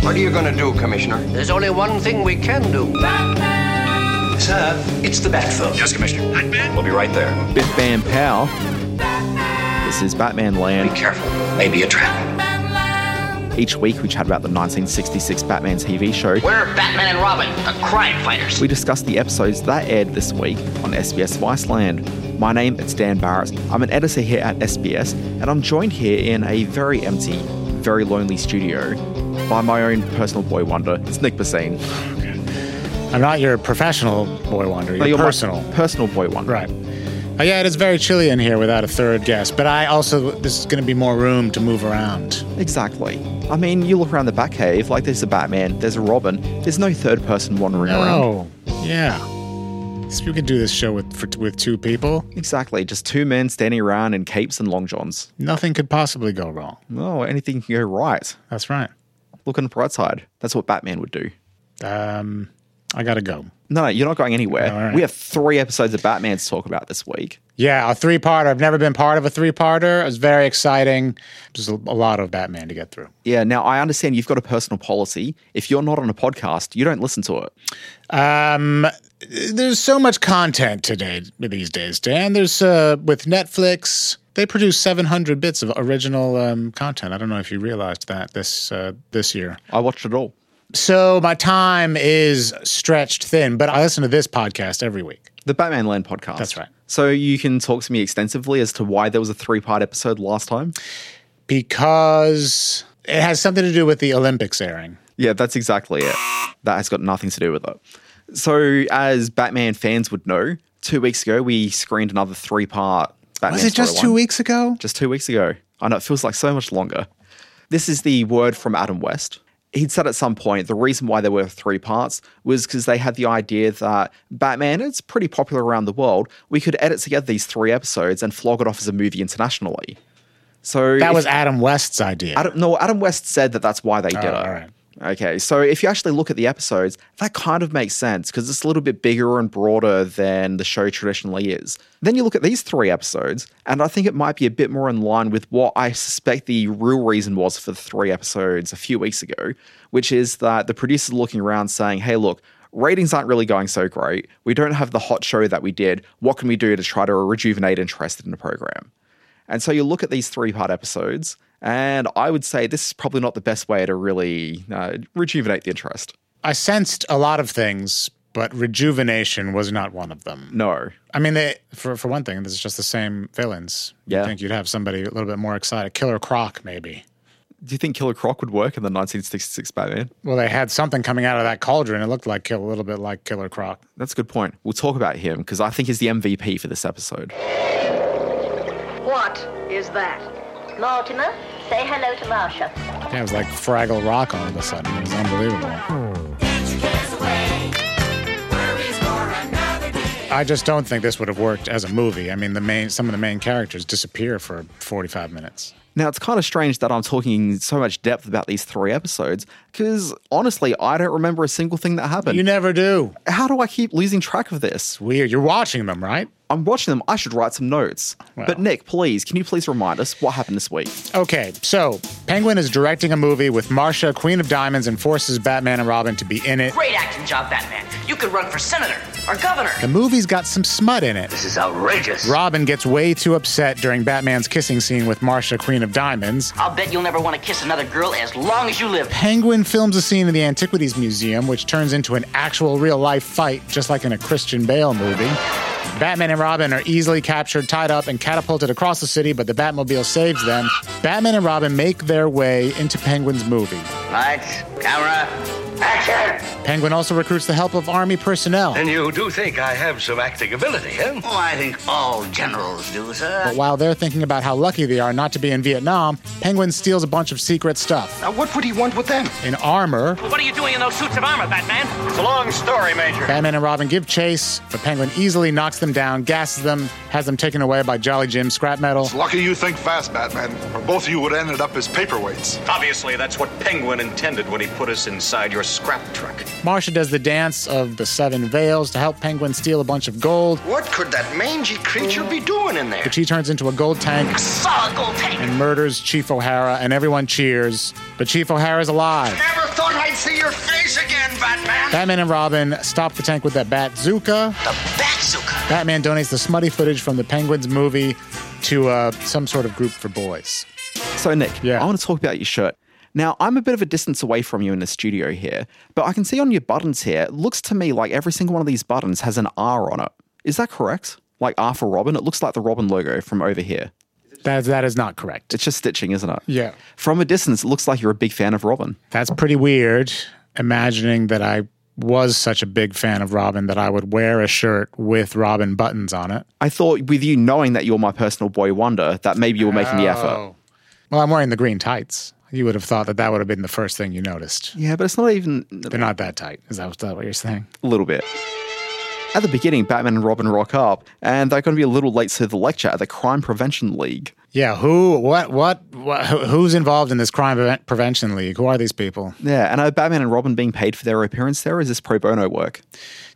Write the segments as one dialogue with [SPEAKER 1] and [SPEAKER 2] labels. [SPEAKER 1] What are you going to do, Commissioner?
[SPEAKER 2] There's only one thing we can do.
[SPEAKER 3] Sir, it's the bat phone.
[SPEAKER 4] Yes, Commissioner. Batman? We'll be right there.
[SPEAKER 5] Biff Bam Pow. This is Batman
[SPEAKER 4] Be
[SPEAKER 5] Land.
[SPEAKER 4] careful. Maybe a trap.
[SPEAKER 5] Each week we chat about the 1966 Batman TV show.
[SPEAKER 6] We're Batman and Robin, a crime fighters.
[SPEAKER 5] We discuss the episodes that aired this week on SBS Viceland. My name is Dan Barrett. I'm an editor here at SBS, and I'm joined here in a very empty, very lonely studio by my own personal boy wonder. It's Nick Bassine.
[SPEAKER 7] I'm not your professional boy wonder. Your
[SPEAKER 5] No, you're my
[SPEAKER 7] personal.
[SPEAKER 5] personal boy wonder.
[SPEAKER 7] Right. Uh, yeah, it is very chilly in here without a third guest, but I also, this is going to be more room to move around.
[SPEAKER 5] Exactly. I mean, you look around the Batcave, like there's a Batman, there's a Robin, there's no third person wandering around.
[SPEAKER 7] Oh, Yeah. So we could do this show with, for, with two people.
[SPEAKER 5] Exactly. Just two men standing around in capes and long johns.
[SPEAKER 7] Nothing could possibly go wrong.
[SPEAKER 5] No, anything can go right.
[SPEAKER 7] That's right.
[SPEAKER 5] Look on the bright side. That's what Batman would do.
[SPEAKER 7] Um, I got to go.
[SPEAKER 5] No, no, you're not going anywhere.
[SPEAKER 7] All right.
[SPEAKER 5] We have three episodes of Batman to talk about this week.
[SPEAKER 7] Yeah, a three parter. I've never been part of a three parter. It was very exciting. There's a, a lot of Batman to get through.
[SPEAKER 5] Yeah, now I understand you've got a personal policy. If you're not on a podcast, you don't listen to it.
[SPEAKER 7] Um, there's so much content today these days, Dan. There's uh, with Netflix, they produce 700 bits of original um, content. I don't know if you realized that this uh, this year.
[SPEAKER 5] I watched it all.
[SPEAKER 7] So my time is stretched thin, but I listen to this podcast every week.
[SPEAKER 5] The Batman Land podcast.
[SPEAKER 7] That's right.
[SPEAKER 5] So you can talk to me extensively as to why there was a three part episode last time.
[SPEAKER 7] because it has something to do with the Olympics airing.
[SPEAKER 5] Yeah, that's exactly it. That has got nothing to do with it. So, as Batman fans would know, two weeks ago we screened another three part Batman.
[SPEAKER 7] Was it just
[SPEAKER 5] storyline.
[SPEAKER 7] two weeks ago?
[SPEAKER 5] Just two weeks ago. I know it feels like so much longer. This is the word from Adam West. He'd said at some point the reason why there were three parts was because they had the idea that Batman, it's pretty popular around the world, we could edit together these three episodes and flog it off as a movie internationally. So
[SPEAKER 7] That
[SPEAKER 5] if-
[SPEAKER 7] was Adam West's idea.
[SPEAKER 5] Adam, no, Adam West said that that's why they did it.
[SPEAKER 7] Oh, all right.
[SPEAKER 5] Okay, so if you actually look at the episodes, that kind of makes sense because it's a little bit bigger and broader than the show traditionally is. Then you look at these three episodes, and I think it might be a bit more in line with what I suspect the real reason was for the three episodes a few weeks ago, which is that the producers are looking around saying, hey, look, ratings aren't really going so great. We don't have the hot show that we did. What can we do to try to rejuvenate interest in the program? And so you look at these three part episodes, and I would say this is probably not the best way to really uh, rejuvenate the interest.
[SPEAKER 7] I sensed a lot of things, but rejuvenation was not one of them.
[SPEAKER 5] No.
[SPEAKER 7] I mean, they, for for one thing, this is just the same villains.
[SPEAKER 5] Yeah.
[SPEAKER 7] I think you'd have somebody a little bit more excited. Killer Croc, maybe.
[SPEAKER 5] Do you think Killer Croc would work in the 1966 Batman?
[SPEAKER 7] Well, they had something coming out of that cauldron. It looked like kill- a little bit like Killer Croc.
[SPEAKER 5] That's a good point. We'll talk about him because I think he's the MVP for this episode.
[SPEAKER 8] What is that?
[SPEAKER 9] Mortimer, say hello to Marsha.
[SPEAKER 7] Yeah, it was like Fraggle Rock all of a sudden. It was unbelievable. I just don't think this would have worked as a movie. I mean, the main some of the main characters disappear for 45 minutes.
[SPEAKER 5] Now, it's kind of strange that I'm talking in so much depth about these three episodes because honestly, I don't remember a single thing that happened.
[SPEAKER 7] You never do.
[SPEAKER 5] How do I keep losing track of this?
[SPEAKER 7] Weird. You're watching them, right?
[SPEAKER 5] I'm watching them. I should write some notes.
[SPEAKER 7] Well.
[SPEAKER 5] But, Nick, please, can you please remind us what happened this week?
[SPEAKER 7] Okay, so Penguin is directing a movie with Marsha, Queen of Diamonds, and forces Batman and Robin to be in it.
[SPEAKER 6] Great acting job, Batman. You could run for senator or governor.
[SPEAKER 7] The movie's got some smut in it.
[SPEAKER 2] This is outrageous.
[SPEAKER 7] Robin gets way too upset during Batman's kissing scene with Marsha, Queen of Diamonds.
[SPEAKER 6] I'll bet you'll never want to kiss another girl as long as you live.
[SPEAKER 7] Penguin films a scene in the Antiquities Museum, which turns into an actual real life fight, just like in a Christian Bale movie. Batman and Robin are easily captured, tied up, and catapulted across the city, but the Batmobile saves them. Batman and Robin make their way into Penguin's movie.
[SPEAKER 2] Lights, camera, action!
[SPEAKER 7] Penguin also recruits the help of army personnel.
[SPEAKER 3] And you do think I have some acting ability, huh?
[SPEAKER 2] Oh, I think all generals do, sir.
[SPEAKER 7] But while they're thinking about how lucky they are not to be in Vietnam, Penguin steals a bunch of secret stuff.
[SPEAKER 1] Now, what would he want with them?
[SPEAKER 7] In armor,
[SPEAKER 6] What are you doing in those suits of armor, Batman?
[SPEAKER 3] It's a long story, Major.
[SPEAKER 7] Batman and Robin give chase, but Penguin easily knocks them down, gasses them, has them taken away by Jolly Jim scrap metal.
[SPEAKER 10] Lucky you think fast, Batman, or both of you would have ended up as paperweights.
[SPEAKER 4] Obviously, that's what Penguin intended when he put us inside your scrap truck.
[SPEAKER 7] Marsha does the dance of the seven veils to help Penguin steal a bunch of gold,
[SPEAKER 1] What could that mangy creature be doing in there?
[SPEAKER 7] which he turns into a gold tank
[SPEAKER 6] Solid gold tank.
[SPEAKER 7] and murders Chief O'Hara, and everyone cheers. But Chief O'Hara's alive.
[SPEAKER 2] Never thought
[SPEAKER 1] I'd see your face again, Batman.
[SPEAKER 7] Batman and Robin stop the tank with that Batzooka.
[SPEAKER 2] The Bazooka.
[SPEAKER 7] Batman donates the smutty footage from the Penguins movie to uh, some sort of group for boys.
[SPEAKER 5] So, Nick,
[SPEAKER 7] Yeah.
[SPEAKER 5] I want to talk about your shirt. Now, I'm a bit of a distance away from you in the studio here, but I can see on your buttons here, it looks to me like every single one of these buttons has an R on it. Is that correct? Like R for Robin? It looks like the Robin logo from over here.
[SPEAKER 7] That, that is not correct.
[SPEAKER 5] It's just stitching, isn't it?
[SPEAKER 7] Yeah.
[SPEAKER 5] From a distance, it looks like you're a big fan of Robin.
[SPEAKER 7] That's pretty weird, imagining that I was such a big fan of Robin that I would wear a shirt with Robin buttons on it.
[SPEAKER 5] I thought, with you knowing that you're my personal boy wonder, that maybe you were making the effort.
[SPEAKER 7] Oh. Well, I'm wearing the green tights. You would have thought that that would have been the first thing you noticed.
[SPEAKER 5] Yeah, but it's not even
[SPEAKER 7] They're not that tight. Is that, is that what you're saying?
[SPEAKER 5] a little bit. At the beginning, Batman and Robin rock up, and they're going to be a little late to the lecture at the Crime Prevention League.
[SPEAKER 7] Yeah, who, what, what, what who- who's involved in this crime prevent- prevention league? Who are these people?
[SPEAKER 5] Yeah, and are Batman and Robin being paid for their appearance there? Or is this pro bono work?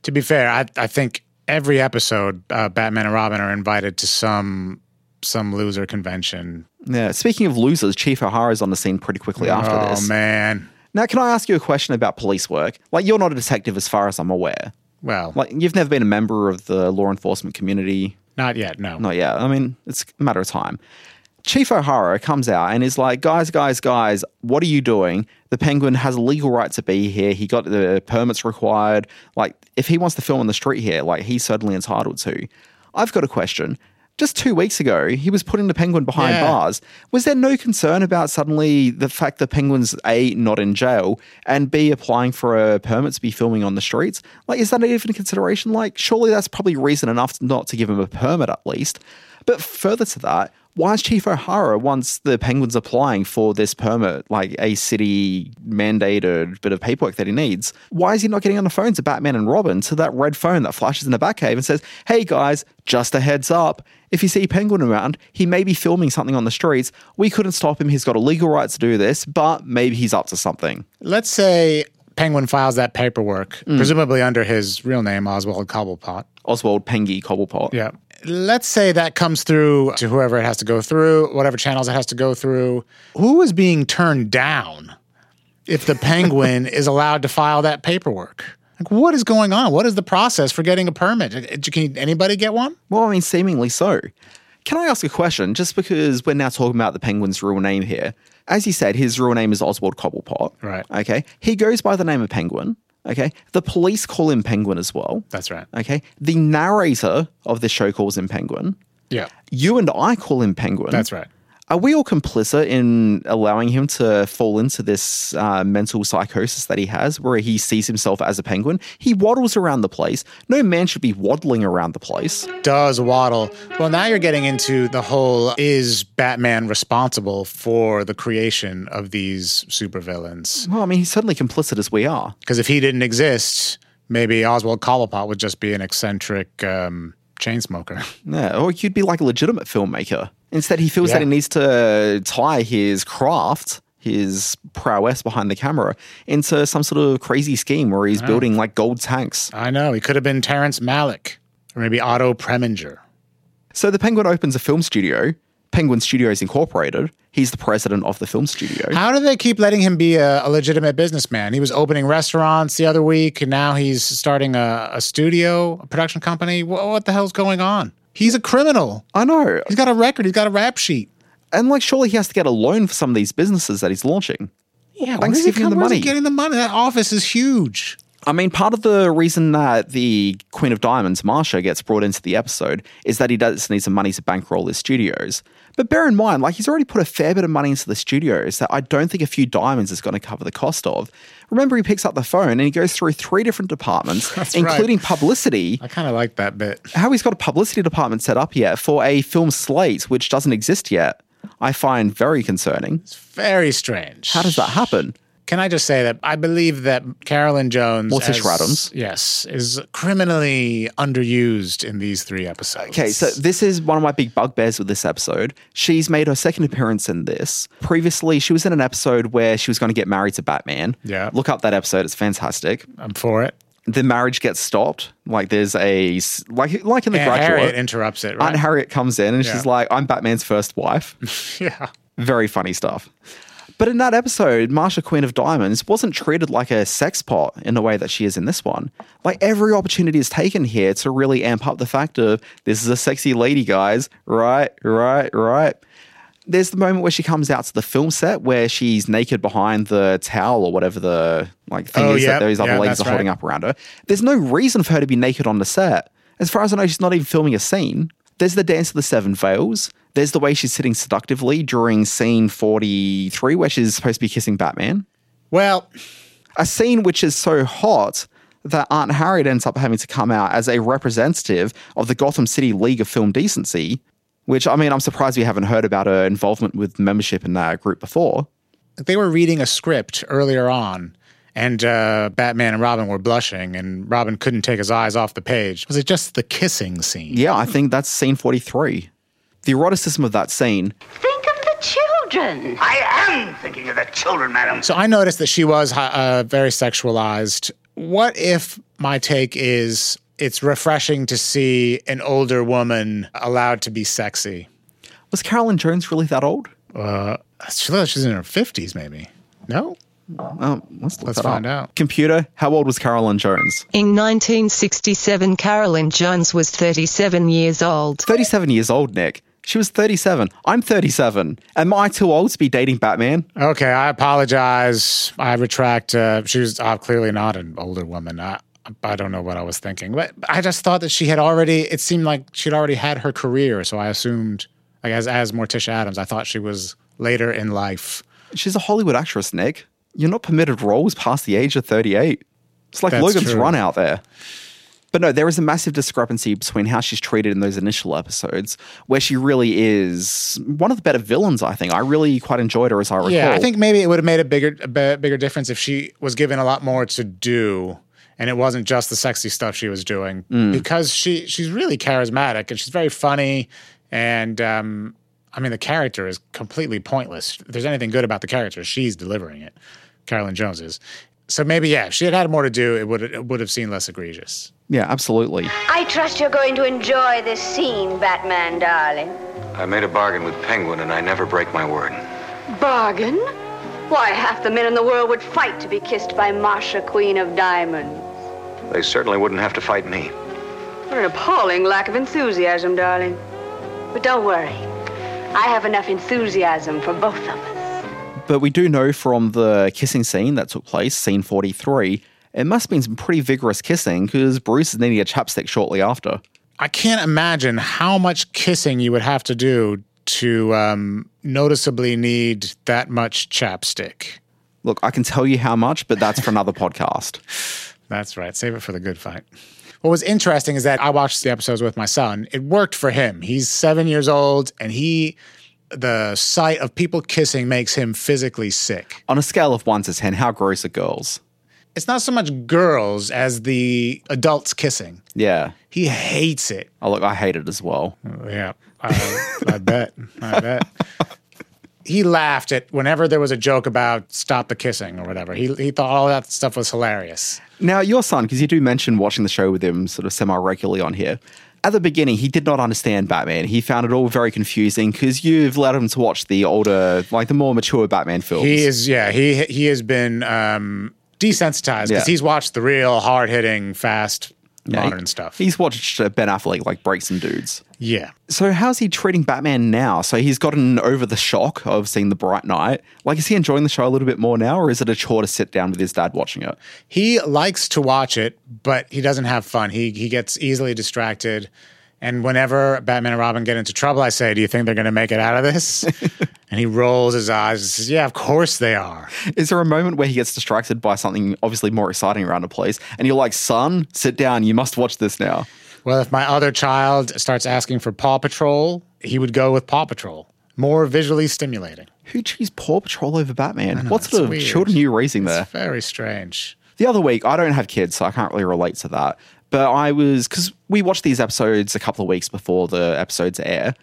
[SPEAKER 7] To be fair, I, I think every episode, uh, Batman and Robin are invited to some some loser convention.
[SPEAKER 5] Yeah. Speaking of losers, Chief O'Hara's on the scene pretty quickly after
[SPEAKER 7] oh
[SPEAKER 5] this.
[SPEAKER 7] man,
[SPEAKER 5] Now, can I ask you a question about police work? Like, you're not a detective, as far as I'm aware.
[SPEAKER 7] well,
[SPEAKER 5] Like, you've never been a member of the law enforcement community.
[SPEAKER 7] not yet. No,
[SPEAKER 5] Not yet. I mean, it's a matter of time. Chief O'Hara comes out and is like, guys, guys, guys, what are you doing? The penguin has a legal right to be here. He got the permits required. Like, if he wants to film on the street here, like, he's certainly entitled to. I've got a question. Just two weeks ago, he was putting the penguin behind
[SPEAKER 7] Yeah.
[SPEAKER 5] bars. Was there no concern about suddenly the fact the penguin's A, not in jail, and B, applying for a permit to be filming on the streets? Like, is that even a consideration? Like, surely that's probably reason enough not to give him a permit at least. But further to that, why is Chief O'Hara, once the penguin's applying for this permit, like a city mandated bit of paperwork that he needs, why is he not getting on the phone to Batman and Robin to that red phone that flashes in the Batcave and says, hey guys, just a heads up. If you see Penguin around, he may be filming something on the streets. We couldn't stop him. He's got a legal right to do this, but maybe he's up to something.
[SPEAKER 7] let's say Penguin files that paperwork,
[SPEAKER 5] Mm.
[SPEAKER 7] presumably under his real name, Oswald Cobblepot.
[SPEAKER 5] Oswald Pengy Cobblepot.
[SPEAKER 7] Yeah. Let's say that comes through to whoever it has to go through, whatever channels it has to go through. Who is being turned down if the penguin is allowed to file that paperwork? Like, what is going on? What is the process for getting a permit? Uh, Can anybody get one?
[SPEAKER 5] Well, I mean, seemingly so. Can I ask a question? Just because we're now talking about the penguin's real name here. As you said, his real name is Oswald Cobblepot.
[SPEAKER 7] Right.
[SPEAKER 5] Okay. He goes by the name of Penguin. Okay. The police call him Penguin as well.
[SPEAKER 7] That's right.
[SPEAKER 5] Okay. The narrator of this show calls him Penguin.
[SPEAKER 7] Yeah.
[SPEAKER 5] You and I call him Penguin.
[SPEAKER 7] That's right.
[SPEAKER 5] Are we all complicit in allowing him to fall into this uh, mental psychosis that he has, where he sees himself as a penguin? He waddles around the place. No man should be waddling around the place.
[SPEAKER 7] Does waddle. Well, now you're getting into the whole is Batman responsible for the creation of these supervillains?
[SPEAKER 5] Well, I mean, he's certainly complicit as we are.
[SPEAKER 7] Because if he didn't exist, maybe Oswald Cobblepot would just be an eccentric um, chain smoker.
[SPEAKER 5] Yeah, or you'd be like a legitimate filmmaker. Instead, he feels that he
[SPEAKER 7] Yeah.
[SPEAKER 5] needs to tie his craft, his prowess behind the camera, into some sort of crazy scheme where he's building like gold tanks.
[SPEAKER 7] I know. He could have been Terrence Malick or maybe Otto Preminger.
[SPEAKER 5] So the Penguin opens a film studio, Penguin Studios Incorporated. He's the president of the film studio.
[SPEAKER 7] How do they keep letting him be a, a legitimate businessman? He was opening restaurants the other week, and now he's starting a, a studio, a production company. What, what the hell's going on? He's a criminal.
[SPEAKER 5] I know.
[SPEAKER 7] He's got a record. He's got a rap sheet.
[SPEAKER 5] And like, surely he has to get a loan for some of these businesses that he's launching.
[SPEAKER 7] Yeah,
[SPEAKER 5] Banks
[SPEAKER 7] where's he,
[SPEAKER 5] giving him
[SPEAKER 7] come,
[SPEAKER 5] the
[SPEAKER 7] where's he
[SPEAKER 5] money.
[SPEAKER 7] getting the money? That office is huge.
[SPEAKER 5] I mean, part of the reason that the Queen of Diamonds, Marsha, gets brought into the episode is that he does need some money to bankroll his studios. But bear in mind, like, he's already put a fair bit of money into the studios that I don't think a few diamonds is going to cover the cost of. Remember, he picks up the phone and he goes through three different departments,
[SPEAKER 7] That's right.
[SPEAKER 5] including publicity.
[SPEAKER 7] I kind of like that bit.
[SPEAKER 5] How he's got a publicity department set up yet for a film slate which doesn't exist yet, I find very concerning.
[SPEAKER 7] Very strange.
[SPEAKER 5] How does that happen?
[SPEAKER 7] Can I just say that I believe that Carolyn Jones,
[SPEAKER 5] Morticia
[SPEAKER 7] as-
[SPEAKER 5] Adams.
[SPEAKER 7] yes, is criminally underused in these three episodes.
[SPEAKER 5] Okay, so this is one of my big bugbears with this episode. She's made her second appearance in this. Previously, she was in an episode where she was going to get married to Batman.
[SPEAKER 7] Yeah.
[SPEAKER 5] Look up that episode, it's fantastic.
[SPEAKER 7] I'm for it.
[SPEAKER 5] The marriage gets stopped. Like there's a s- like like in the
[SPEAKER 7] Aunt
[SPEAKER 5] graduate.
[SPEAKER 7] Harriet interrupts it, right?
[SPEAKER 5] Aunt Harriet comes in and
[SPEAKER 7] Yeah.
[SPEAKER 5] she's like, "I'm Batman's first wife."
[SPEAKER 7] yeah.
[SPEAKER 5] Very funny stuff. But in that episode, Marsha Queen of Diamonds wasn't treated like a sex pot in the way that she is in this one. Like every opportunity is taken here to really amp up the fact of this is a sexy lady, guys. Right, right, right. There's the moment where she comes out to the film set where she's naked behind the towel or whatever the like thing
[SPEAKER 7] Oh,
[SPEAKER 5] is
[SPEAKER 7] yep,
[SPEAKER 5] that those other
[SPEAKER 7] yeah,
[SPEAKER 5] ladies are
[SPEAKER 7] that's
[SPEAKER 5] holding
[SPEAKER 7] right.
[SPEAKER 5] up around her. There's no reason for her to be naked on the set. As far as I know, she's not even filming a scene. There's the dance of the seven veils. There's the way she's sitting seductively during scene 43, where she's supposed to be kissing Batman.
[SPEAKER 7] Well,
[SPEAKER 5] A scene which is so hot that Aunt Harriet ends up having to come out as a representative of the Gotham City League of Film Decency, which I mean, I'm surprised we haven't heard about her involvement with membership in that group before.
[SPEAKER 7] they were reading a script earlier on, and uh, Batman and Robin were blushing, and Robin couldn't take his eyes off the page. Was it just the kissing scene?
[SPEAKER 5] Yeah, I think that's scene 43. The eroticism of that scene
[SPEAKER 9] Think of the children.
[SPEAKER 2] I am thinking of the children, madam.
[SPEAKER 7] So I noticed that she was uh, very sexualized. What if my take is it's refreshing to see an older woman allowed to be sexy?
[SPEAKER 5] was Carolyn Jones really that old?
[SPEAKER 7] She looks like she's in her 50s, maybe. No?
[SPEAKER 5] Um, let's look
[SPEAKER 7] Let's
[SPEAKER 5] that up.
[SPEAKER 7] find out.
[SPEAKER 5] Computer, how old was Carolyn Jones?
[SPEAKER 11] In 1967, Carolyn Jones was 37 years old.
[SPEAKER 5] 37 years old, Nick. She was 37. I'm 37. Am I too old to be dating Batman?
[SPEAKER 7] Okay, I apologize. I retract. Uh, she was uh, clearly not an older woman. I, I don't know what I was thinking, but I just thought that she had already. It seemed like she'd already had her career, so I assumed, like as as Morticia Adams, I thought she was later in life.
[SPEAKER 5] She's a Hollywood actress, Nick. You're not permitted roles past the age of 38. It's like
[SPEAKER 7] That's
[SPEAKER 5] Logan's
[SPEAKER 7] true.
[SPEAKER 5] run out there. But no, there is a massive discrepancy between how she's treated in those initial episodes, where she really is one of the better villains, I think. I really quite enjoyed her as I recall.
[SPEAKER 7] Yeah, I think maybe it would have made a bigger a bi- bigger difference if she was given a lot more to do and it wasn't just the sexy stuff she was doing because she she's really charismatic and she's very funny and um I mean the character is completely pointless. If there's anything good about the character, she's delivering it. Carolyn Jones is. So maybe yeah, if she had had more to do, it would it would have seemed less egregious.
[SPEAKER 5] Yeah, absolutely.
[SPEAKER 9] I trust you're going to enjoy this scene, Batman, darling.
[SPEAKER 4] I made a bargain with Penguin, and I never break my word.
[SPEAKER 8] Bargain? Why, half the men in the world would fight to be kissed by Marsha, Queen of Diamonds.
[SPEAKER 4] They certainly wouldn't have to fight me.
[SPEAKER 8] What an appalling lack of enthusiasm, darling. But don't worry. I have enough enthusiasm for both of us.
[SPEAKER 5] But we do know from the kissing scene that took place, scene 43, it must have been some pretty vigorous kissing because Bruce is needing a chapstick shortly after.
[SPEAKER 7] I can't imagine how much kissing you would have to do to um, noticeably need that much chapstick.
[SPEAKER 5] Look, I can tell you how much, but that's for another podcast.
[SPEAKER 7] That's right. Save it for the good fight. What was interesting is that I watched the episodes with my son. It worked for him. He's seven years old, and he, the sight of people kissing makes him physically sick.
[SPEAKER 5] On a scale of 1 to 10, how gross are girls?
[SPEAKER 7] It's not so much girls as the adults kissing.
[SPEAKER 5] Yeah.
[SPEAKER 7] He hates it.
[SPEAKER 5] Oh, look, I hate it as well.
[SPEAKER 7] Yeah, I, I bet. I bet. He laughed at whenever there was a joke about stop the kissing or whatever. He, he thought all that stuff was hilarious.
[SPEAKER 5] Now, your son, because you do mention watching the show with him sort of semi regularly on here. At the beginning, he did not understand Batman. He found it all very confusing because you've allowed him to watch the older, like the more mature Batman films.
[SPEAKER 7] He is, yeah, he he has been um, desensitized because
[SPEAKER 5] Yeah.
[SPEAKER 7] he's watched the real hard hitting, fast,
[SPEAKER 5] Yeah, he-
[SPEAKER 7] modern stuff.
[SPEAKER 5] He's watched uh, Ben Affleck like break some dudes.
[SPEAKER 7] yeah.
[SPEAKER 5] So how's he treating Batman now? So he's gotten over the shock of seeing the Bright Knight. Like, is he enjoying the show a little bit more now, or is it a chore to sit down with his dad watching it?
[SPEAKER 7] He likes to watch it, but he doesn't have fun. He he gets easily distracted. And whenever Batman and Robin get into trouble, I say, Do you think they're going to make it out of this? and he rolls his eyes and says, Yeah, of course they are.
[SPEAKER 5] Is there a moment where he gets distracted by something obviously more exciting around a place, and you're like, "Son, sit down. You must watch this now."
[SPEAKER 7] Well, if my other child starts asking for Paw Patrol, he would go with Paw Patrol. More visually stimulating.
[SPEAKER 5] Who choose Paw Patrol over Batman? what
[SPEAKER 7] it's
[SPEAKER 5] sort of
[SPEAKER 7] weird.
[SPEAKER 5] children are you raising there?
[SPEAKER 7] It's very strange.
[SPEAKER 5] The other week, I don't have kids, so I can't really relate to that. But I was, because we watched these episodes a couple of weeks before the episodes air.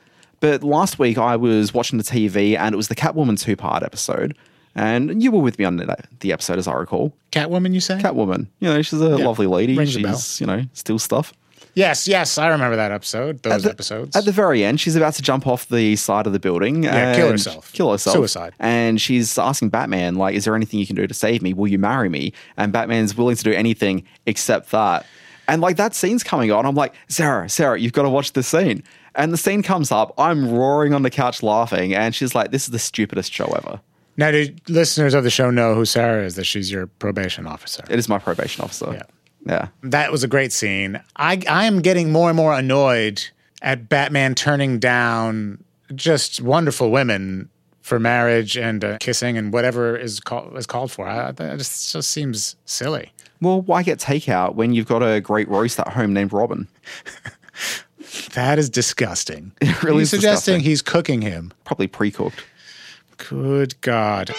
[SPEAKER 5] But last week, I was watching the TV and it was the Catwoman two part episode. And you were with me on the, the episode, as I recall.
[SPEAKER 7] Catwoman, you say?
[SPEAKER 5] Catwoman, you know, she's a lovely lady.
[SPEAKER 7] Rings a
[SPEAKER 5] she's, you know, steals stuff.
[SPEAKER 7] Yes, yes, I remember that episode. Those
[SPEAKER 5] at the,
[SPEAKER 7] episodes.
[SPEAKER 5] At the very end, she's about to jump off the side of the building.
[SPEAKER 7] Yeah, kill
[SPEAKER 5] and-
[SPEAKER 7] herself.
[SPEAKER 5] Kill herself.
[SPEAKER 7] Suicide.
[SPEAKER 5] And she's asking Batman, like, is there anything you can do to save me? Will you marry me? And Batman's willing to do anything except that. And like that scene's coming on. I'm like, Sarah, Sarah, you've got to watch this scene. And the scene comes up. I'm roaring on the couch laughing. And she's like, this is the stupidest show ever.
[SPEAKER 7] now, do listeners of the show know who Sarah is? That she's your probation officer.
[SPEAKER 5] It is my probation officer.
[SPEAKER 7] Yeah.
[SPEAKER 5] Yeah.
[SPEAKER 7] That was a great scene. I I am getting more and more annoyed at Batman turning down just wonderful women for marriage and uh, kissing and whatever is called is called for. I, I it just just seems silly.
[SPEAKER 5] Well, why get takeout when you've got a great roast at home named Robin?
[SPEAKER 7] That is disgusting.
[SPEAKER 5] It really
[SPEAKER 7] Are you
[SPEAKER 5] is
[SPEAKER 7] suggesting
[SPEAKER 5] disgusting.
[SPEAKER 7] he's cooking him?
[SPEAKER 5] Probably pre cooked.
[SPEAKER 7] Good God.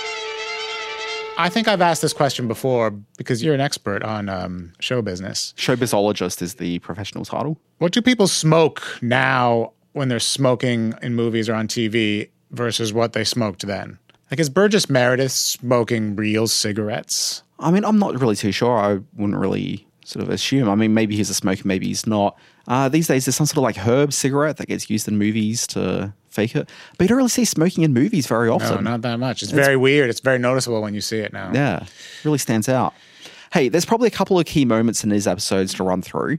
[SPEAKER 7] I think I've asked this question before because you're an expert on um, show business.
[SPEAKER 5] Showbisologist is the professional title.
[SPEAKER 7] What do people smoke now when they're smoking in movies or on TV versus what they smoked then? Like, is Burgess Meredith smoking real cigarettes?
[SPEAKER 5] I mean, I'm not really too sure. I wouldn't really sort of assume. I mean, maybe he's a smoker, maybe he's not. Uh, these days, there's some sort of like herb cigarette that gets used in movies to fake it, but you don't really see smoking in movies very
[SPEAKER 7] No,
[SPEAKER 5] often.
[SPEAKER 7] Oh, not that much. It's, very weird. It's very noticeable when you see it now.
[SPEAKER 5] Yeah, really stands out. Hey, there's probably a couple of key moments in these episodes to run through.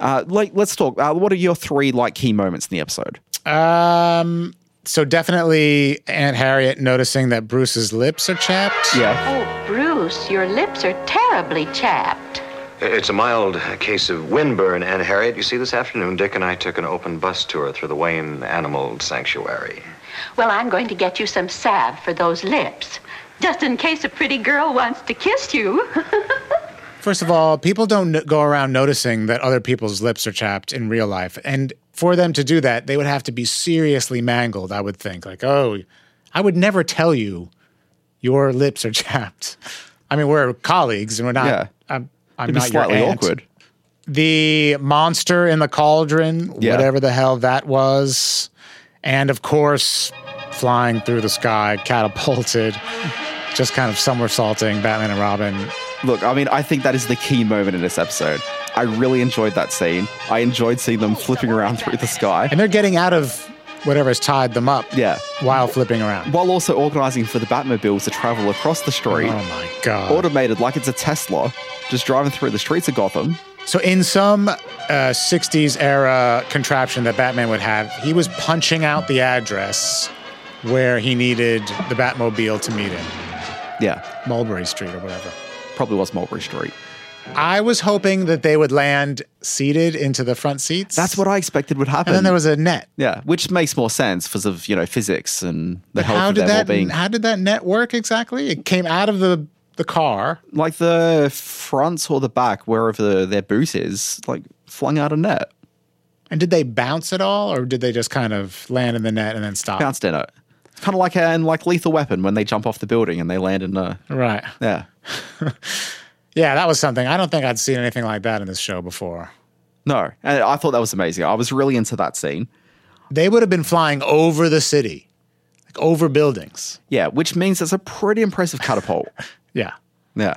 [SPEAKER 5] Uh, like, let's talk. Uh, what are your three like key moments in the episode?
[SPEAKER 7] Um, so definitely Aunt Harriet noticing that Bruce's lips are chapped.
[SPEAKER 5] Yeah,
[SPEAKER 12] Oh, Bruce, your lips are terribly chapped.
[SPEAKER 4] It's a mild case of windburn, Anne Harriet. You see, this afternoon, Dick and I took an open bus tour through the Wayne Animal Sanctuary.
[SPEAKER 12] Well, I'm going to get you some salve for those lips. Just in case a pretty girl wants to kiss you.
[SPEAKER 7] First of all, people don't no- go around noticing that other people's lips are chapped in real life. And for them to do that, they would have to be seriously mangled, I would think. Like, oh, I would never tell you your lips are chapped. I mean, we're colleagues and we're not.
[SPEAKER 5] Yeah.
[SPEAKER 7] I'm, I'm
[SPEAKER 5] it'd be
[SPEAKER 7] not your
[SPEAKER 5] slightly
[SPEAKER 7] aunt.
[SPEAKER 5] awkward.
[SPEAKER 7] The monster in the cauldron,
[SPEAKER 5] Yeah.
[SPEAKER 7] whatever the hell that was. And of course, flying through the sky, catapulted, just kind of somersaulting Batman and Robin.
[SPEAKER 5] Look, I mean, I think that is the key moment in this episode. I really enjoyed that scene. I enjoyed seeing them flipping around through the sky.
[SPEAKER 7] And they're getting out of whatever's tied them up.
[SPEAKER 5] Yeah.
[SPEAKER 7] While flipping around.
[SPEAKER 5] while also organizing for the Batmobile to travel across the street,
[SPEAKER 7] Oh my God.
[SPEAKER 5] automated like it's a Tesla, just driving through the streets of Gotham.
[SPEAKER 7] So, in some uh, 60s era contraption that Batman would have, he was punching out the address where he needed the Batmobile to meet him
[SPEAKER 5] Yeah,
[SPEAKER 7] Mulberry Street or whatever.
[SPEAKER 5] probably was Mulberry Street.
[SPEAKER 7] I was hoping that they would land seated into the front seats.
[SPEAKER 5] That's what I expected would happen.
[SPEAKER 7] And then there was a net.
[SPEAKER 5] yeah, which makes more sense because of you know physics and the health
[SPEAKER 7] How
[SPEAKER 5] of
[SPEAKER 7] did
[SPEAKER 5] their
[SPEAKER 7] that
[SPEAKER 5] well-being.
[SPEAKER 7] how did that net work exactly? It came out of the the car.
[SPEAKER 5] like the front or the back, wherever the, their boot is, like flung out a net,
[SPEAKER 7] And did they bounce at all, or did they just kind of land in the net and then stop?
[SPEAKER 5] bounced in it. It's kind of like in like Lethal Weapon when they jump off the building and they land in a
[SPEAKER 7] Right.
[SPEAKER 5] yeah.
[SPEAKER 7] Yeah, that was something. I don't think I'd seen anything like that in this show before.
[SPEAKER 5] No, and I thought that was amazing. I was really into that scene.
[SPEAKER 7] They would have been flying over the city, like over buildings.
[SPEAKER 5] Yeah, which means it's a pretty impressive catapult.
[SPEAKER 7] Yeah.
[SPEAKER 5] Yeah.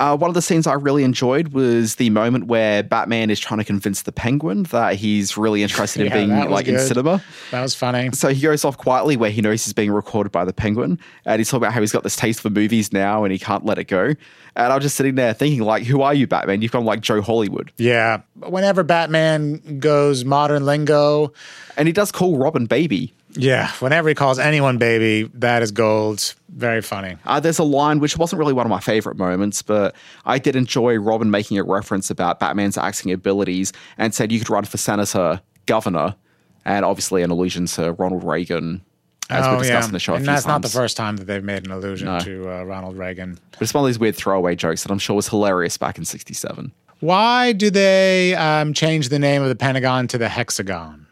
[SPEAKER 5] Uh, one of the scenes I really enjoyed was the moment where Batman is trying to convince the Penguin that he's really interested in
[SPEAKER 7] Yeah,
[SPEAKER 5] being
[SPEAKER 7] that was
[SPEAKER 5] like in
[SPEAKER 7] good.
[SPEAKER 5] cinema.
[SPEAKER 7] That was funny.
[SPEAKER 5] So he goes off quietly where he knows he's being recorded by the Penguin, and he's talking about how he's got this taste for movies now and he can't let it go. And I'm just sitting there thinking, like, who are you, Batman? You've gone like Joe Hollywood,
[SPEAKER 7] Yeah. Whenever Batman goes modern lingo,
[SPEAKER 5] and he does call Robin baby.
[SPEAKER 7] yeah, whenever he calls anyone baby, that is gold. Very funny.
[SPEAKER 5] Uh, there's a line which wasn't really one of my favorite moments, but I did enjoy Robin making a reference about Batman's acting abilities and said you could run for senator, governor, and obviously an allusion to Ronald Reagan, as we
[SPEAKER 7] Oh,
[SPEAKER 5] discussed
[SPEAKER 7] yeah.
[SPEAKER 5] in the show. a
[SPEAKER 7] and
[SPEAKER 5] few
[SPEAKER 7] that's not the
[SPEAKER 5] times.
[SPEAKER 7] first time that they've made an allusion
[SPEAKER 5] No.
[SPEAKER 7] to uh, Ronald Reagan.
[SPEAKER 5] But it's one of these weird throwaway jokes that I'm sure was hilarious back in '67.
[SPEAKER 7] Why do they um, change the name of the Pentagon to the hexagon?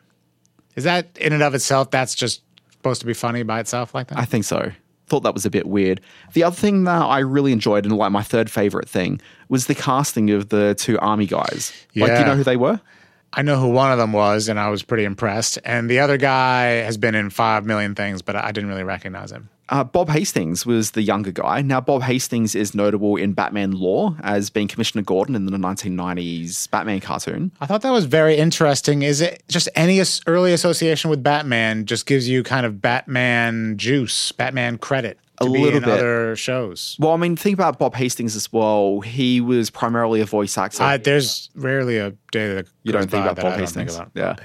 [SPEAKER 7] Is that in and of itself? That's just supposed to be funny by itself, like that.
[SPEAKER 5] I think so. Thought that was a bit weird. The other thing that I really enjoyed and like my third favorite thing was the casting of the two army guys. Like, do
[SPEAKER 7] Yeah.
[SPEAKER 5] you know who they were?
[SPEAKER 7] I know who one of them was, and I was pretty impressed. And the other guy has been in five million things, but I didn't really recognize him.
[SPEAKER 5] Uh, Bob Hastings was the younger guy. Now, Bob Hastings is notable in Batman lore as being Commissioner Gordon in the 1990s Batman cartoon.
[SPEAKER 7] I thought that was very interesting. Is it just any as- early association with Batman just gives you kind of Batman juice, Batman credit?
[SPEAKER 5] A
[SPEAKER 7] to be
[SPEAKER 5] little
[SPEAKER 7] in
[SPEAKER 5] bit.
[SPEAKER 7] other shows.
[SPEAKER 5] Well, I mean, think about Bob Hastings as well. He was primarily a voice actor.
[SPEAKER 7] I, there's rarely a day that
[SPEAKER 5] you
[SPEAKER 7] goes
[SPEAKER 5] don't think
[SPEAKER 7] by
[SPEAKER 5] about
[SPEAKER 7] that
[SPEAKER 5] Bob
[SPEAKER 7] I don't think
[SPEAKER 5] Hastings.
[SPEAKER 7] about
[SPEAKER 5] yeah.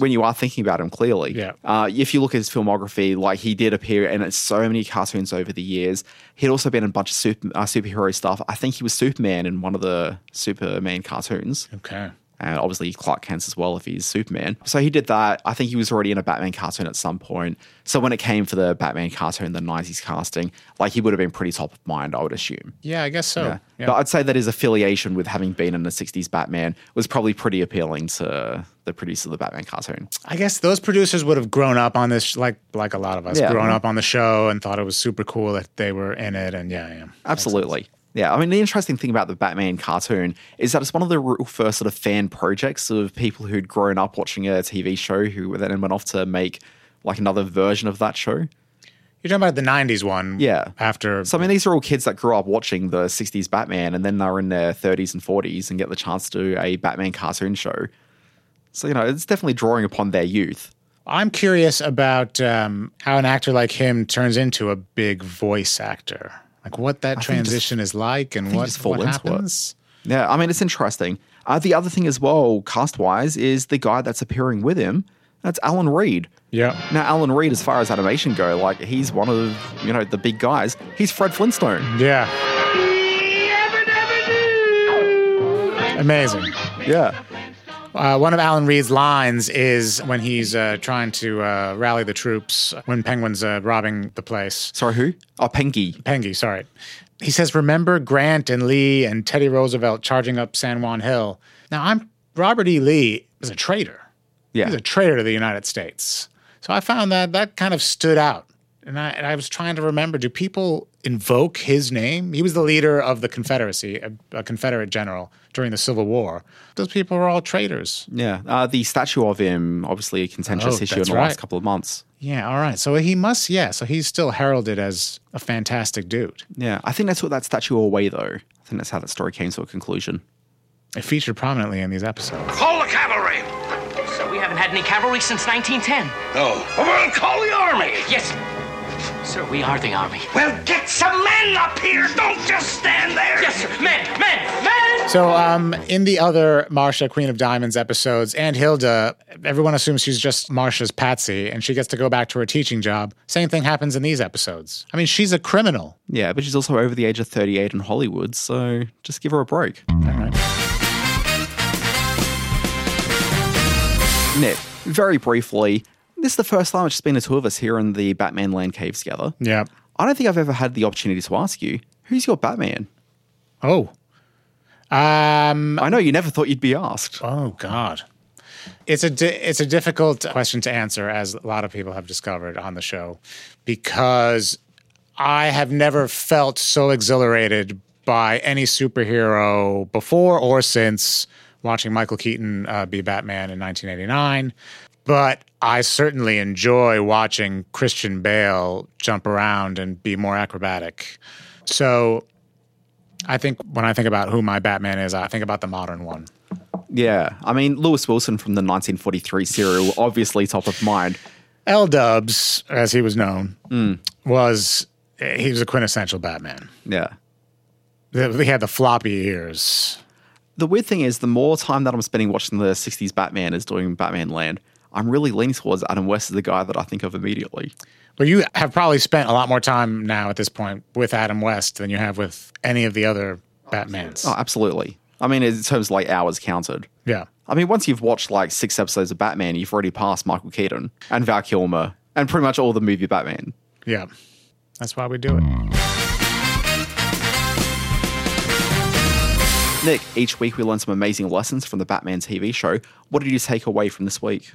[SPEAKER 5] When you are thinking about him, clearly.
[SPEAKER 7] Yeah.
[SPEAKER 5] Uh, if you look at his filmography, like he did appear in so many cartoons over the years. He'd also been in a bunch of super, uh, superhero stuff. I think he was Superman in one of the Superman cartoons.
[SPEAKER 7] Okay.
[SPEAKER 5] And obviously Clark Kent as well if he's Superman. So he did that. I think he was already in a Batman cartoon at some point. So when it came for the Batman cartoon, the 90s casting, like he would have been pretty top of mind, I would assume.
[SPEAKER 7] Yeah, I guess so.
[SPEAKER 5] Yeah.
[SPEAKER 7] Yeah.
[SPEAKER 5] But I'd say that his affiliation with having been in the 60s Batman was probably pretty appealing to the producer of the Batman cartoon.
[SPEAKER 7] I guess those producers would have grown up on this, like like a lot of us,
[SPEAKER 5] Yeah. Mm-hmm.
[SPEAKER 7] grown up on the show and thought it was super cool that they were in it. And yeah, yeah.
[SPEAKER 5] Absolutely. Yeah, I mean, the interesting thing about the Batman cartoon is that it's one of the real first sort of fan projects of people who'd grown up watching a TV show who then went off to make like another version of that show.
[SPEAKER 7] You're talking about the '90s one,
[SPEAKER 5] Yeah.
[SPEAKER 7] After
[SPEAKER 5] So, I mean, these are all kids that grew up watching the 60s Batman and then they're in their 30s and 40s and get the chance to do a Batman cartoon show. So, you know, it's definitely drawing upon their youth.
[SPEAKER 7] I'm curious about um, how an actor like him turns into a big voice actor, like what that
[SPEAKER 5] I think just-
[SPEAKER 7] transition is like and
[SPEAKER 5] think you
[SPEAKER 7] what,
[SPEAKER 5] just fall
[SPEAKER 7] what
[SPEAKER 5] into it.
[SPEAKER 7] happens.
[SPEAKER 5] Yeah, I mean, it's interesting. Uh, the other thing as well, cast wise, is the guy that's appearing with him. That's Alan Reed.
[SPEAKER 7] Yeah,
[SPEAKER 5] Now, Alan Reed, as far as animation go, like he's one of you know the big guys. He's Fred Flintstone.
[SPEAKER 7] yeah, amazing.
[SPEAKER 5] Yeah,
[SPEAKER 7] Uh, one of Alan Reed's lines is when he's uh, trying to uh, rally the troops when Penguin's uh, robbing the place.
[SPEAKER 5] Sorry, who? Oh, Pengy.
[SPEAKER 7] Pengy, sorry. He says, Remember Grant and Lee and Teddy Roosevelt charging up San Juan Hill. Now, I'm Robert E. Lee is a traitor.
[SPEAKER 5] Yeah.
[SPEAKER 7] He's a traitor to the United States. So I found that that kind of stood out. And I, and I was trying to remember do people invoke his name? He was the leader of the Confederacy, a, a Confederate general during the Civil War. Those people were all traitors.
[SPEAKER 5] Yeah, uh, the statue of him, obviously a contentious
[SPEAKER 7] Oh,
[SPEAKER 5] issue in
[SPEAKER 7] that's
[SPEAKER 5] the
[SPEAKER 7] right.
[SPEAKER 5] last couple of months.
[SPEAKER 7] Yeah, all right. So he must, yeah. So he's still heralded as a fantastic dude.
[SPEAKER 5] Yeah, I think they took that statue away though. I think that's how that story came to a conclusion.
[SPEAKER 7] It featured prominently in these episodes.
[SPEAKER 1] Call the cavalry.
[SPEAKER 6] So we haven't had any cavalry since 1910.
[SPEAKER 1] No. Well, call the army.
[SPEAKER 6] Yes. Sir, we are the army.
[SPEAKER 1] Well, get some men up here. Don't just stand there.
[SPEAKER 6] Yes, sir. Men, men, men!
[SPEAKER 7] So, um, in the other Marsha, Queen of Diamonds episodes, and Hilda, everyone assumes she's just Marsha's patsy, and she gets to go back to her teaching job. Same thing happens in these episodes. I mean, she's a criminal.
[SPEAKER 5] Yeah, but she's also over the age of 38 in Hollywood, so just give her a break. Nick, very briefly, this is the first time it's just been the two of us here in the Batman land caves together.
[SPEAKER 7] Yeah.
[SPEAKER 5] I don't think I've ever had the opportunity to ask you, who's your Batman?
[SPEAKER 7] Oh. Um.
[SPEAKER 5] I know you never thought you'd be asked.
[SPEAKER 7] Oh God. It's a di- it's a difficult question to answer, as a lot of people have discovered on the show, because I have never felt so exhilarated by any superhero before or since watching Michael Keaton uh, be Batman in 1989. But I certainly enjoy watching Christian Bale jump around and be more acrobatic. So I think when I think about who my Batman is, I think about the modern one.
[SPEAKER 5] Yeah. I mean, Lewis Wilson from the 1943 serial, obviously top of mind.
[SPEAKER 7] L Dubs, as he was known, was he was a quintessential Batman.
[SPEAKER 5] Yeah.
[SPEAKER 7] Th- He had the floppy ears.
[SPEAKER 5] The weird thing is, the more time that I'm spending watching the 60s Batman is doing Batman Land, I'm really leaning towards Adam West as the guy that I think of immediately.
[SPEAKER 7] But you have probably spent a lot more time now at this point with Adam West than you have with any of the other Batmans.
[SPEAKER 5] Oh, absolutely. I mean, in terms of like hours counted.
[SPEAKER 7] Yeah.
[SPEAKER 5] I mean, once you've watched like six episodes of Batman, you've already passed Michael Keaton and Val Kilmer and pretty much all the movie Batman.
[SPEAKER 7] Yeah. That's why we do it.
[SPEAKER 5] Nick, each week we learn some amazing lessons from the Batman TV show. What did you take away from this week?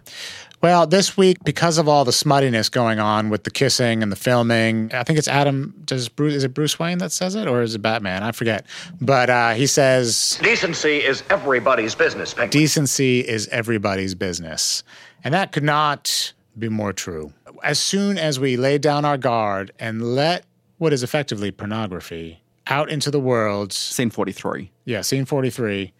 [SPEAKER 7] Well, this week, because of all the smuttiness going on with the kissing and the filming, I think it's Adam. Does Bruce? Is it Bruce Wayne that says it, or is it Batman? I forget. But uh, he says
[SPEAKER 3] Decency is everybody's business, Penguin.
[SPEAKER 7] decency is everybody's business. And that could not be more true. As soon as we lay down our guard and let what is effectively pornography out into the world,
[SPEAKER 5] scene 43.
[SPEAKER 7] Yeah, scene 43.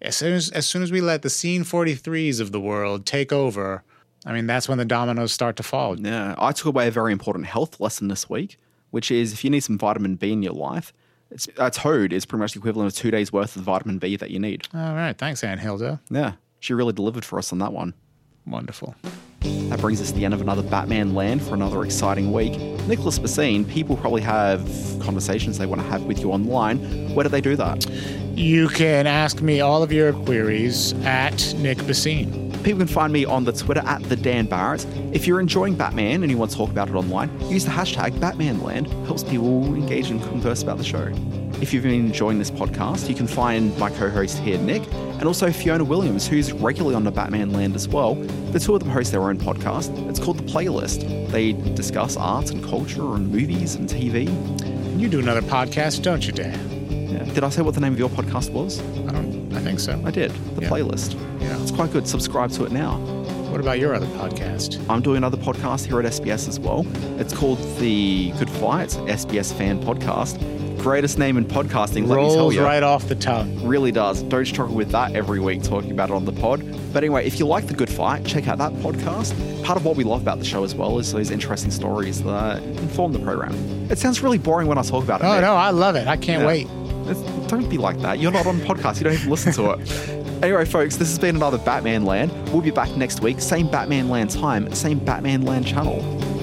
[SPEAKER 7] As soon as, as soon as we let the scene 43s of the world take over, I mean, that's when the dominoes start to fall.
[SPEAKER 5] Yeah, Uh, I took away a very important health lesson this week, which is if you need some vitamin B in your life, it's, a toad is pretty much the equivalent of two days worth of vitamin B that you need.
[SPEAKER 7] All right. Thanks, Aunt Hilda.
[SPEAKER 5] Yeah, she really delivered for us on that one.
[SPEAKER 7] Wonderful.
[SPEAKER 5] That brings us to the end of another Batman Land for another exciting week. Nicholas Bassine, people probably have conversations they want to have with you online. Where do they do that?
[SPEAKER 7] You can ask me all of your queries at Nick Bassine.
[SPEAKER 5] People can find me on the Twitter at the Dan Barrett. If you're enjoying Batman and you want to talk about it online, use the hashtag BatmanLand. Helps people engage and converse about the show. If you've been enjoying this podcast, you can find my co-host here, Nick, and also Fiona Williams, who's regularly on the Batman Land as well. The two of them host their own podcast. It's called The Playlist. They discuss arts and culture and movies and TV.
[SPEAKER 7] You do another podcast, don't you, Dan?
[SPEAKER 5] Yeah. Did I say what the name of your podcast was?
[SPEAKER 7] I don't. I think so.
[SPEAKER 5] I did. The
[SPEAKER 7] Yeah.
[SPEAKER 5] Playlist.
[SPEAKER 7] Yeah.
[SPEAKER 5] It's quite good. Subscribe to it now.
[SPEAKER 7] What about your other podcast?
[SPEAKER 5] I'm doing another podcast here at SBS as well. It's called The Good Fight, SBS Fan Podcast. Greatest name in podcasting, let me tell
[SPEAKER 7] Rolls
[SPEAKER 5] you.
[SPEAKER 7] right off the tongue.
[SPEAKER 5] Really does. Don't struggle with that every week talking about it on the pod. But anyway, if you like The Good Fight, check out that podcast. Part of what we love about the show as well is those interesting stories that inform the program. It sounds really boring when I talk about it.
[SPEAKER 7] Oh
[SPEAKER 5] Nick.
[SPEAKER 7] no, I love it. I can't
[SPEAKER 5] Yeah.
[SPEAKER 7] wait.
[SPEAKER 5] It's- don't be like that. You're not on podcasts. You don't even listen to it. Anyway, folks, this has been another Batman Land. We'll be back next week, same Batman Land time, same Batman Land channel.